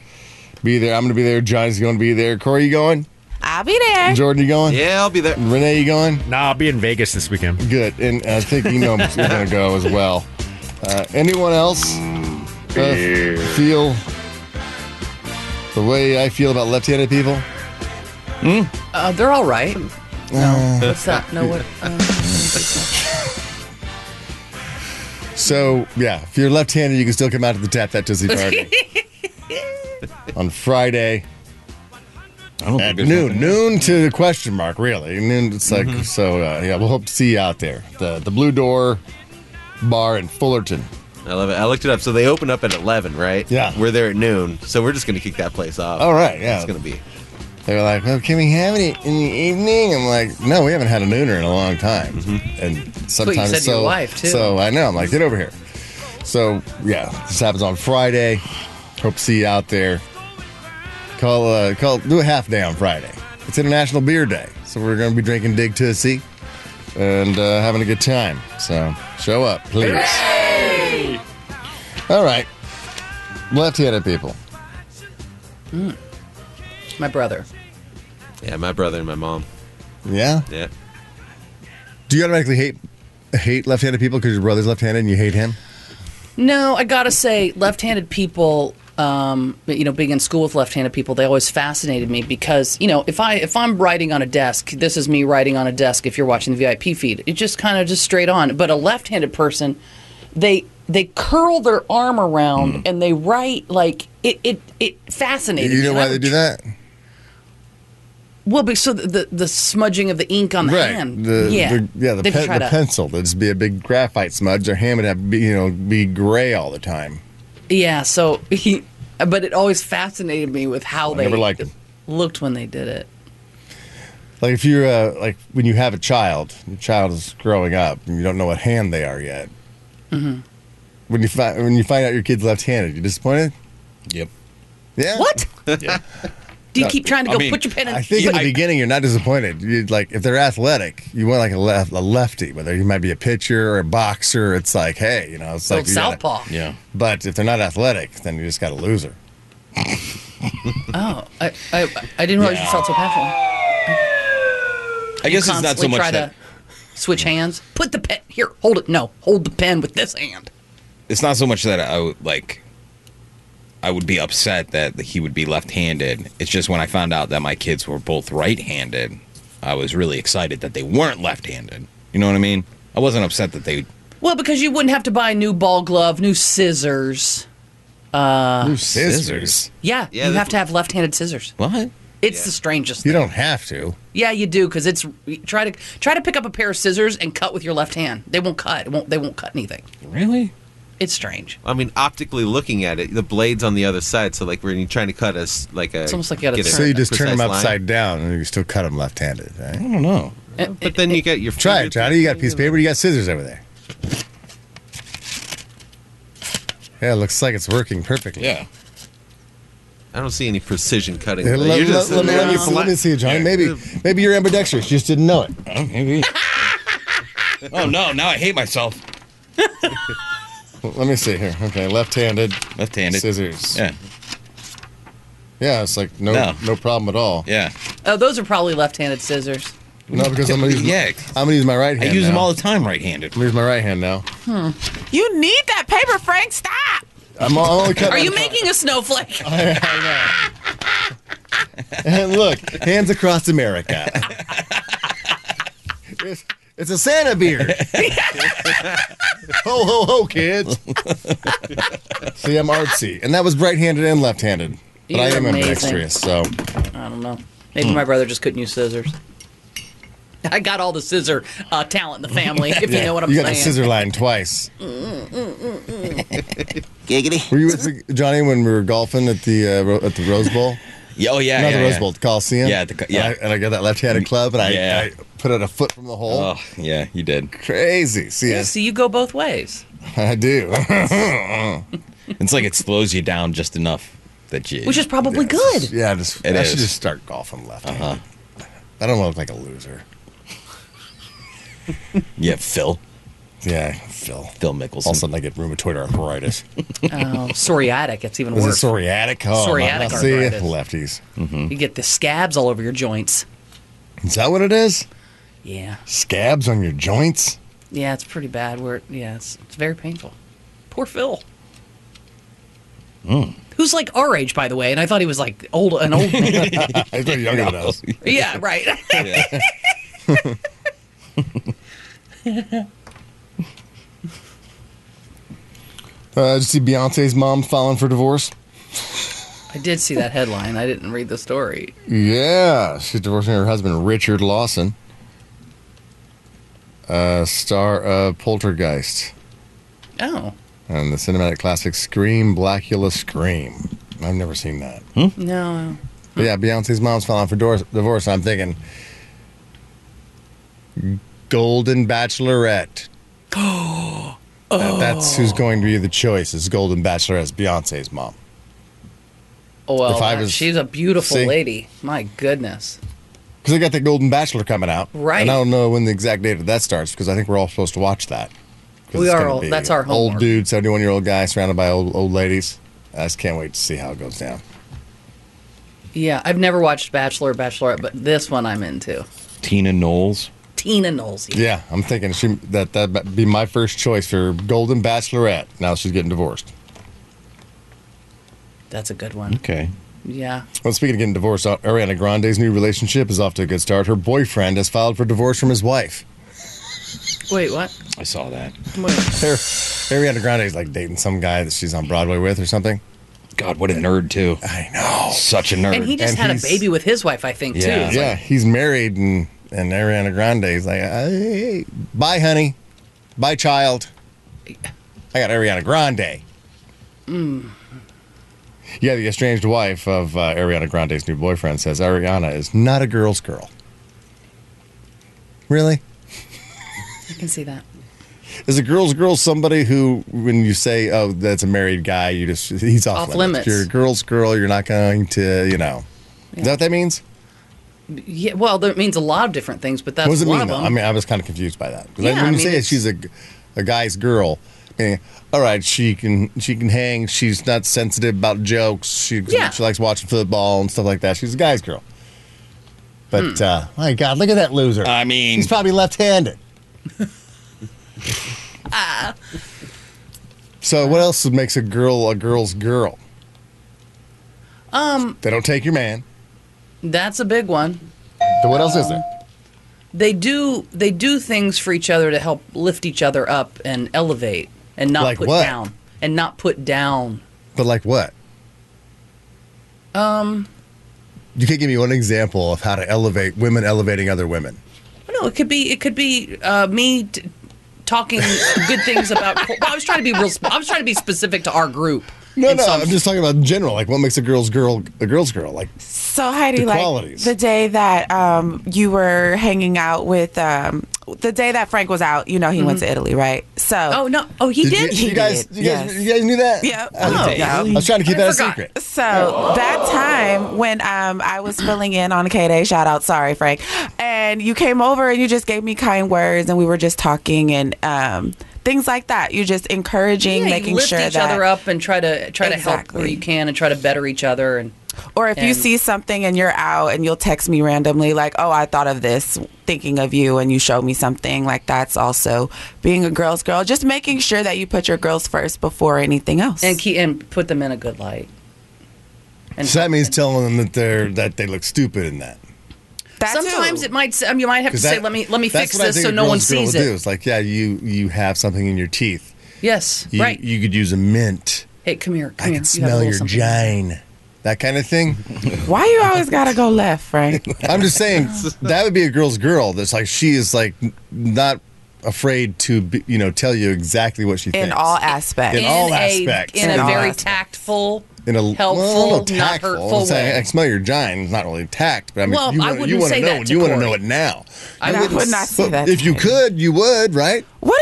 S10: be there. I'm going to be there. Johnny's going to be there. Corey, you going?
S7: I'll be there.
S10: Jordan, you going?
S9: Yeah, I'll be there.
S10: Renee, you going?
S11: Nah, I'll be in Vegas this weekend.
S10: Good, and I think Eno is going to go as well. Uh, anyone else uh, feel the way I feel about left-handed people?
S5: Uh, they're all right. No, what's that? No, what? Uh,
S10: So yeah, if you're left-handed, you can still come out to the tap that Disney party on Friday
S8: I don't
S10: at
S8: think there's
S10: noon.
S8: nothing- Mm-hmm.
S10: Noon to the question mark, really. Noon. It's like so. Uh, yeah, we'll hope to see you out there. The the Blue Door Bar in Fullerton.
S9: I love it. I looked it up. So they open up at eleven, right?
S10: Yeah.
S9: We're there at noon, so we're just gonna kick that place off.
S10: All right, yeah.
S9: It's gonna be.
S10: They were like, well, can we have it in the evening? I'm like, no, we haven't had a nooner in a long time. And
S5: Mm-hmm. what you
S10: sometimes
S5: said to
S10: so,
S5: your wife, too.
S10: so I know. I'm like, get over here. So yeah, this happens on Friday. Hope to see you out there. Call uh, call do a half day on Friday. It's International Beer Day, so we're going to be drinking Dig Tussie. and uh, having a good time. So show up, please. All right. Left-handed people.
S5: My brother.
S9: Yeah, my brother and my mom.
S10: Yeah.
S9: Yeah.
S10: Do you automatically hate hate left-handed people because your brother's left-handed and you hate him?
S5: No, I gotta say, left-handed people. Um, you know, being in school with left-handed people, they always fascinated me because you know, if I if I'm writing on a desk, this is me writing on a desk. If you're watching the VIP feed, it just kind of just straight on. But a left-handed person, they they curl their arm around and they write like it it it fascinated.
S10: Mm. You
S5: me.
S10: know
S5: And I
S10: why they
S5: would-
S10: do that?
S5: Well, because so the, the the smudging of the ink on the hand.
S10: The,
S5: yeah,
S10: the, yeah, the,
S5: They
S10: pen,
S5: try
S10: the
S5: to-
S10: pencil. That'd just be a big graphite smudge. Their hand would have be, you know be gray all the time.
S5: Yeah, so he, but it always fascinated me with how they
S10: never liked him.
S5: looked when they did it.
S10: Like if you're uh, like when you have a child, your child is growing up, and you don't know what hand they are yet.
S5: Mhm.
S10: When you find when you find out your kid's left-handed, you disappointed.
S8: Yep.
S10: Yeah.
S5: What? Do you keep trying to
S10: I
S5: go
S10: mean,
S5: put your pen in?
S10: I think in the beginning you're not disappointed. You like if they're athletic, you want like a left a lefty, whether you might be a pitcher or a boxer. It's like hey, you know, it's
S5: Old
S10: like you gotta-
S5: southpaw. Yeah.
S10: But if they're not athletic, then you just got a loser.
S5: oh, I, I, I didn't realize you
S10: Yeah.
S5: felt so powerful.
S8: I
S5: You
S8: guess it's not so
S5: constantly
S8: much
S5: try
S8: that-
S5: to switch hands. Put the pen here. Hold it. No, hold the pen with this hand.
S8: it's not so much that I would like I would be upset that he would be left-handed. It's just when I found out that my kids were both right-handed, I was really excited that they weren't left-handed. You know what I mean? I wasn't upset that they
S5: Well, because you wouldn't have to buy a new ball glove, new scissors. Uh,
S10: New scissors?
S5: Yeah,
S10: Yeah,
S5: you
S10: that-
S5: have to have left-handed scissors.
S8: What?
S5: It's the strangest.
S10: You don't have to.
S5: Yeah, you do because it's try to try to pick up a pair of scissors and cut with your left hand. They won't cut. It won't. They won't cut anything.
S8: Really?
S5: It's strange.
S9: I mean, optically looking at it, the blade's on the other side. So, like, when you're trying to cut us, like a.
S8: uh,
S5: It's almost like you gotta
S9: get a
S10: So you just turn them
S9: precise line.
S10: upside down and you still cut them left-handed. Right? I
S8: don't know.
S9: But then you got your.
S10: Try it, Johnny. You got a piece of paper. You got scissors over there. Yeah, it looks like it's working perfectly.
S8: Yeah.
S9: I don't see any precision cutting.
S10: Hey,
S9: You're
S10: let,
S9: just-
S10: let- let me, let me see, let me see, Johnny. Maybe, maybe you're ambidextrous. You just didn't know it.
S8: maybe. Oh no, now I hate myself.
S10: Let me see here. Okay, left-handed.
S8: Left-handed.
S10: Scissors.
S8: Yeah.
S10: Yeah, it's like no,
S8: No.
S10: no, problem at all.
S8: Yeah.
S5: Oh, those are probably left-handed scissors.
S10: No, because I'm gonna use.
S8: Yeah.
S10: I'm gonna use my right
S8: I
S10: hand.
S8: use them
S10: now.
S8: all the time right-handed.
S10: I'm gonna use my right hand now.
S7: You need that paper, Frank. Stop.
S10: I'm, I'm only cutting.
S5: Are you making a snowflake?
S10: Uh-huh. and look, hands across America. it's, it's a Santa beard. ho ho ho, kids! See, I'm artsy, and that was right-handed and left-handed, but I
S5: You're
S10: am
S5: amazing.
S10: ambidextrous. So
S5: I don't know. Maybe my brother just couldn't use scissors. I got all the scissor uh, talent in the family, if you know what I'm
S10: you
S5: saying.
S10: got the scissor line twice.
S5: Mm, mm, mm, mm.
S10: Giggity. Were you with Johnny when we were golfing at the uh, Ro- at the Rose Bowl?
S8: Yeah, oh yeah,
S10: not
S8: yeah,
S10: the Rose
S8: yeah.
S10: Bowl, the Coliseum.
S8: Yeah, the co- yeah.
S10: And I, and I got that left-handed club, and I,
S8: Yeah.
S10: I put out a foot from the hole.
S8: Oh, yeah, you did.
S10: Crazy. See,
S5: Yeah,
S10: I-
S5: so you go both ways.
S10: I do.
S8: it's like it slows you down just enough that you.
S5: Which is probably good.
S10: Yeah, just
S8: It
S10: I should
S8: is.
S10: just start golfing left. Uh-huh. I don't want to look like a loser.
S8: Yeah, Phil.
S10: Yeah, Phil.
S8: Phil Mickelson.
S10: All of a sudden, I get rheumatoid arthritis.
S5: Oh, psoriatic. It's even
S10: Was
S5: worse.
S10: it psoriatic? Oh,
S5: Psoriatic
S10: see,
S5: arthritis.
S10: lefties.
S5: You get the scabs all over your joints.
S10: Is that what it is?
S5: Yeah.
S10: Scabs on your joints.
S5: Yeah, it's pretty bad. Where yeah, it's, it's very painful. Poor Phil.
S10: Mm.
S5: Who's like our age, by the way, and I thought he was like old, an old man.
S10: I thought younger than us.
S5: yeah, right.
S10: Uh, did you see Beyonce's mom filing for divorce?
S5: I did see that headline. I didn't read the story.
S10: Yeah, she's divorcing her husband Richard Lawson, uh, star of Poltergeist
S5: Oh
S10: and the cinematic classic Scream, Blackula Scream. I've never seen that.
S5: no.
S10: But yeah, Beyonce's mom's filing for divorce. divorce and I'm thinking, Golden Bachelorette.
S5: Oh.
S10: That- that's who's going to be the choice. Is Golden Bachelorette Beyonce's mom?
S5: Oh well,
S10: If I
S5: that-
S10: was-
S5: she's a beautiful
S10: see?
S5: lady. My goodness.
S10: Because they got the Golden Bachelor coming out.
S5: Right.
S10: And I don't know when the exact date of that starts because I think we're all supposed to watch that. 'Cause
S5: We
S10: it's
S5: are
S10: gonna
S5: all-
S10: be
S5: that's our homework.
S10: Old dude, 71 year old guy surrounded by old, old ladies. I just can't wait to see how it goes down.
S5: Yeah, I've never watched Bachelor or Bachelorette, but this one I'm into.
S10: Tina Knowles.
S5: Tina Knowles.
S10: Yeah, I'm thinking she that that'd be my first choice for Golden Bachelorette. Now she's getting divorced.
S5: That's a good one.
S10: Okay.
S5: Yeah.
S10: Well, speaking of getting divorced, uh, Ariana Grande's new relationship is off to a good start. Her boyfriend has filed for divorce from his wife.
S5: Wait, what?
S10: I saw that.
S5: Wait.
S10: Her, Ariana Grande's like dating some guy that she's on Broadway with or something. God, what a nerd too. I know. Such a nerd.
S5: And he just had a
S10: he's-
S5: baby with his wife, I think, too.
S10: Yeah,
S5: It's
S10: yeah,
S5: like,
S10: he's married and and Ariana Grande's like, hey, bye, honey, bye, child. I got Ariana Grande.
S5: mm.
S10: Yeah, the estranged wife of uh, Ariana Grande's new boyfriend says Ariana is not a girl's girl. Really?
S5: I can see that.
S10: Is a girl's girl somebody who, when you say, "Oh, that's a married guy," you just he's off,
S5: Off limits.
S10: If you're a girl's girl, you're not going to, you know. Is that what that means?
S5: Yeah, well, that means a lot of different things, but that's
S10: what does it
S5: one
S10: mean?
S5: of
S10: though?
S5: them.
S10: I mean, I was kind of confused by that 'Cause I-
S5: Yeah,
S10: when
S5: I
S10: you
S5: mean,
S10: say she's a, g- a guy's girl, meaning, all right, she can she can hang. She's not sensitive about jokes. She
S5: Yeah.
S10: she likes watching football and stuff like that. She's a guy's girl. But
S5: Hmm.
S10: uh, my God, look at that loser! I mean, he's probably left-handed.
S5: Ah.
S10: So what else makes a girl a girl's girl?
S5: um,
S10: They don't take your man.
S5: that's a big one.
S10: So what else is there?
S5: They do they do things for each other to help lift each other up and elevate and not
S10: Like
S5: put
S10: what?
S5: down and not put down.
S10: But like what?
S5: Um,
S10: You can't give me one example of how to elevate women elevating other women.
S5: no, it could be it could be uh, me t- talking good things about. Well, I was trying to be real. sp- I was trying to be specific to our group.
S10: No, no, I'm just talking about in general. Like, what makes a girl's girl a girl's girl? Like,
S7: So Heidi,
S10: The
S7: like
S10: qualities.
S7: the day that um, you were hanging out with um, the day that Frank was out, you know he
S10: Mm-hmm.
S7: went to Italy, right? So oh
S5: no, oh he
S10: did? you- you guys- you guys- you guys knew that?
S7: Yeah.
S10: Oh, yeah. I was trying to keep that a secret.
S7: So that time when um, I was filling in on K Day, shout out, sorry Frank, and you came over and you just gave me kind words and we were just talking and um, things like that. You're just encouraging,
S5: Yeah, you
S7: making
S5: lift
S7: sure
S5: each
S7: that
S5: other up and try to try to help where
S7: Exactly.
S5: you can and try to better each other and
S7: Or if you
S5: and-
S7: see something and you're out and you'll text me randomly, like, oh, I thought of this, thinking of you, and you show me something, like that's also being a girl's girl. Just making sure that you put your girls first before anything else.
S5: and keep, and put them in a good light.
S10: so that means telling them that they're that they look stupid in that.
S5: Sometimes it might. s- I mean, you might have to
S10: 'Cause
S5: say,
S10: that-
S5: "Let me let me
S10: that's
S5: fix
S10: what I
S5: this,"
S10: think
S5: so
S10: a
S5: no one
S10: girl's girl
S5: sees
S10: would do.
S5: it.
S10: It's like, yeah, you you have something in your teeth.
S5: Yes,
S10: You,
S5: right.
S10: You could use a mint.
S5: Hey, come here. Come
S10: I can
S5: here. you have a
S10: smell
S5: little
S10: your
S5: something.
S10: gine. That kind of thing.
S7: Why you always gotta go left, Frank?
S10: I'm just saying that would be a girl's girl. That's like she is like n- not afraid to be, you know tell you exactly what she
S7: in
S10: thinks
S7: all aspects.
S10: In all aspects.
S5: in a
S10: Yeah.
S5: very tactful.
S10: in a
S5: Helpful,
S10: well,
S5: not
S10: tactful.
S5: hurtful
S10: I'm saying,
S5: way.
S10: I smell your gine. It's not really tact, but I mean,
S5: Well,
S10: you
S5: I
S10: want
S5: wouldn't
S10: to
S5: say
S10: know
S5: that
S10: it.
S5: to
S10: You want to
S5: Corey.
S10: know it now.
S5: I
S10: wouldn't
S5: would not
S10: s-
S5: say that
S10: If
S5: to
S10: you
S5: him.
S10: could, you would, right?
S7: What?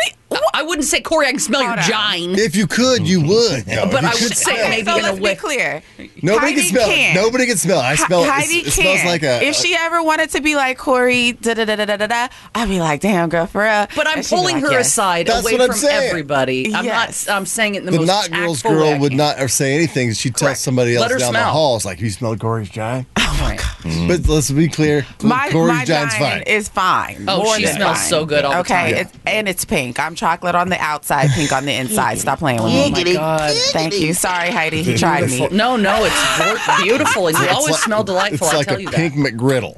S5: I wouldn't say, Corey. I can smell your gine.
S10: If you could, you would. No,
S5: but
S10: you
S5: I
S10: could
S5: would say
S10: smell.
S5: maybe
S7: So
S5: in a
S7: let's
S5: way.
S7: be clear.
S10: Nobody
S7: Heidi
S10: can smell. it.
S7: can.
S10: Nobody can smell. it. I
S7: Hi-
S10: smell. it.
S7: Heidi
S10: it,
S7: can.
S10: it smells like a.
S7: if she ever wanted to be like Corey, da da da da da da da, I'd be like, damn girl, for real.
S5: But I'm
S7: And she'd be
S5: pulling
S7: like,
S5: her
S7: yes.
S5: aside
S10: That's
S5: away
S10: what I'm
S5: from
S10: saying.
S5: everybody. I'm
S7: Yes.
S5: not. I'm saying it in the,
S10: the
S5: most
S10: not girl's
S5: tactful way I
S10: girl would not ever say anything. She tells somebody
S5: Let
S10: else
S5: her
S10: down the
S5: smell.
S10: hall. It's like you smell Corey's gine.
S5: Right.
S10: Oh, But let's be clear.
S7: My,
S10: Corey's
S7: my
S10: gine's
S7: gine
S10: fine.
S7: is fine.
S5: Oh,
S7: More
S5: she
S7: than
S5: smells
S7: fine.
S5: so good all the
S7: okay,
S5: time.
S7: it's, and it's pink. I'm chocolate on the outside, pink on the inside. Stop playing with me.
S5: Oh my God.
S7: Thank you. Sorry, Heidi. He tried me.
S5: Beautiful. No, no, it's wor- beautiful, and you
S10: It's
S5: always
S10: like-
S5: smell delightful.
S10: It's
S5: I
S10: like
S5: tell
S10: a
S5: you
S10: pink McGriddle.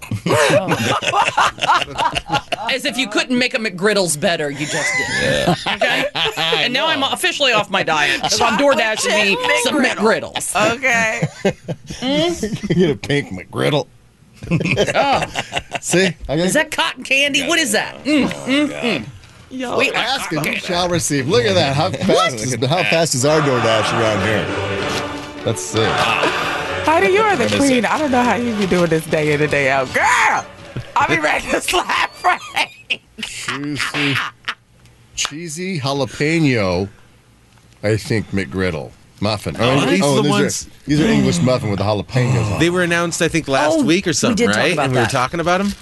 S5: that. As if you couldn't make a McGriddles better, you just did. Okay. and now I'm officially off my diet because I'm door dashing me some McGriddles.
S7: Uh, Okay.
S10: you get a pink McGriddle. See, I
S5: Is
S10: guess
S5: that cotton candy? What is that? Mm, mm, mm.
S10: we ask and you shall receive. Look at that. How fast is how fast is our DoorDash around here? Let's see.
S7: Heidi, you are the
S10: What is
S7: queen.
S10: it?
S7: I don't know how you be doing this day in and day out. Girl, I'll be ready to slap Frank.
S10: Juicy, cheesy jalapeno. I think McGriddle. muffin.
S9: Oh, these are the
S10: these
S9: ones-
S10: Are, these are English muffin with the jalapenos on.
S9: They were announced, I think, last
S10: Oh,
S9: week
S10: we
S9: or something,
S10: did talk
S9: right?
S10: about
S9: and we were
S10: that.
S9: talking about them.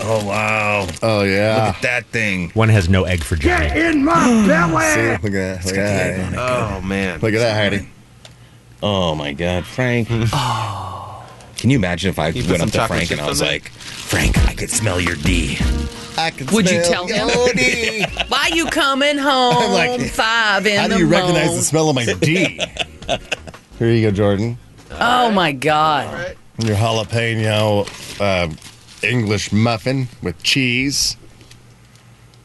S10: Oh wow! Oh yeah! Look at that thing.
S11: One has no egg for Johnny.
S10: in
S11: my belly!
S10: look at that! Look at that!
S9: Oh man!
S10: Look at that, Heidi.
S8: Oh my God, Frank.
S7: Hmm.
S8: Oh. Can you imagine if I
S10: You
S8: went
S10: put some
S8: up to
S10: chocolate
S8: Frank
S10: chips
S8: and I
S10: on
S8: was
S10: there?
S8: like, Frank, I could smell your D.
S10: I can
S5: Would you
S10: smell
S5: tell him?
S10: your
S5: Why you coming home?
S10: like,
S5: five in
S10: How
S5: the
S10: do you recognize
S5: morning?
S10: the smell of my D? Here you go, Jordan.
S5: Oh my god!
S10: Your jalapeno uh, English muffin with cheese.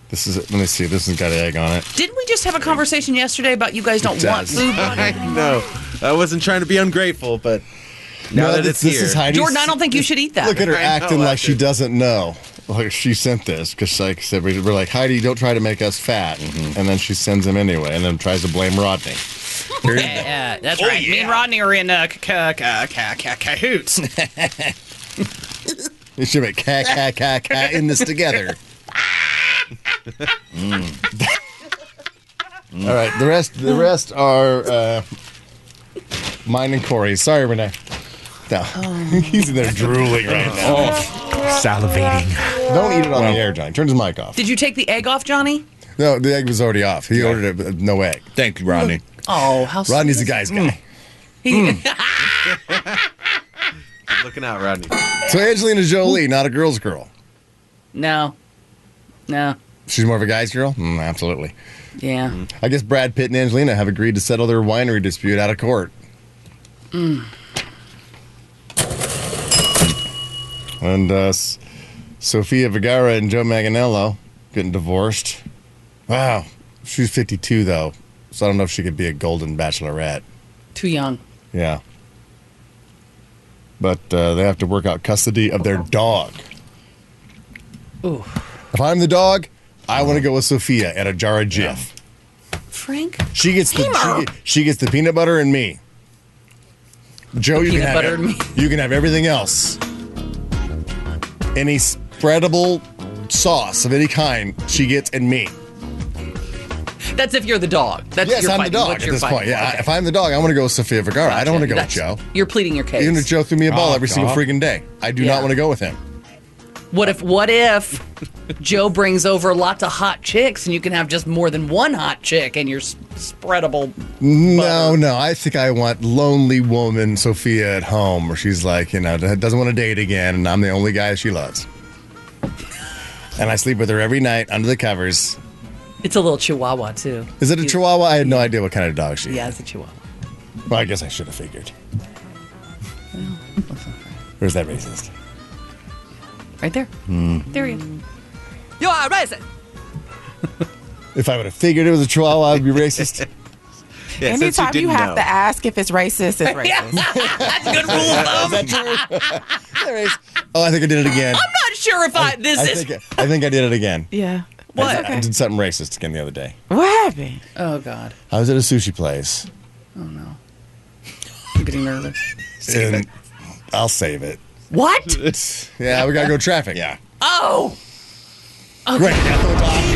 S10: This is. Let me see. This one's got egg on it.
S5: Didn't we just have a conversation yesterday about you guys don't
S10: It
S5: want
S10: does.
S5: lube?
S9: I know. I wasn't trying to be ungrateful, but now
S10: No,
S9: that
S10: this-
S9: it's
S10: this
S9: here,
S10: is Heidi's-
S5: Jordan, I don't think you should eat that.
S10: Look at her acting like she doesn't know. Like she sent this because, like I said, we we're like Heidi, don't try to make us fat,
S9: Mm-hmm.
S10: and then she sends him anyway, and then tries to blame Rodney. Here you go.
S5: Yeah, that's right. Me and Rodney are in uh, c- c- c- c- c- cahoots.
S10: You should make cat, cat, cat, cat in this together. Mm. All right, the rest, the rest are uh, mine and Corey's. Sorry, Renee. No,
S5: Oh.
S10: he's in there drooling right now,
S11: salivating.
S10: Don't eat it on the air, Johnny. Turn his mic off.
S5: Did you take the egg off, Johnny?
S10: No, the egg was already off. He ordered it, but no egg.
S8: Thank you, Rodney.
S5: Oh, how
S10: Rodney's the guy's guy. Mm.
S5: He-
S9: Mm. looking out, Rodney.
S10: So Angelina Jolie, not a girl's girl.
S5: no, no,
S10: She's more of a guy's girl. Mm, absolutely.
S5: yeah.
S10: I guess Brad Pitt and Angelina have agreed to settle their winery dispute out of court.
S5: Mm.
S10: And uh, S- Sofia Vergara and Joe Manganiello getting divorced. Wow. She's 52, though. So I don't know if she could be a golden bachelorette.
S5: Too young.
S10: Yeah. But uh, they have to work out custody of their dog.
S5: Ooh,
S10: If I'm the dog, I want to go with Sophia and a jar of Jif.
S5: Frank.
S10: She gets the she, get- she gets the peanut butter and me. Joe, you can
S5: peanut
S10: have
S5: butter and me.
S10: you can have everything else. Any spreadable sauce of any kind, she gets and me.
S5: That's if you're the dog. That's if
S10: yes,
S5: you're
S10: I'm the
S5: fighting.
S10: dog
S5: What's
S10: at
S5: your
S10: this
S5: fighting?
S10: point. Yeah, I- if I'm the dog, I want to go with Sofia Vergara. I don't want to go
S5: That's-
S10: with Joe.
S5: You're pleading your case.
S10: Even if Joe threw me a ball
S11: Oh,
S10: every single
S11: God.
S10: freaking day, I do
S5: Yeah.
S10: not want to go with him.
S5: What if what if Joe brings over lots of hot chicks and you can have just more than one hot chick and you're s- spreadable?
S10: No, no. I think I want lonely woman Sophia at home where she's like, you know, doesn't want to date again, and I'm the only guy she loves. And I sleep with her every night under the covers.
S5: It's a little chihuahua too.
S10: Is it a chihuahua? I had no idea what kind of dog she is.
S5: Yeah, it's a chihuahua.
S10: Well, I guess I should have figured. Or is that racist?
S5: Right there. There you go. You are racist.
S10: If I would have figured it was a chihuahua, I'd be racist.
S7: Anytime you, have to ask if it's racist, it's racist.
S5: That's a good rule of thumb.
S10: Oh, I think I did it again.
S5: I'm not sure if I, this
S10: I
S5: is
S10: think, I think I did it again.
S7: yeah.
S10: I,
S5: what.
S10: did- I did something racist again the other day.
S7: What happened?
S5: Oh God.
S10: I was at a sushi place.
S5: Oh no. I'm getting nervous.
S10: and I'll save it.
S5: What?
S10: Yeah, we gotta go traffic. Yeah.
S5: Oh.
S10: Great.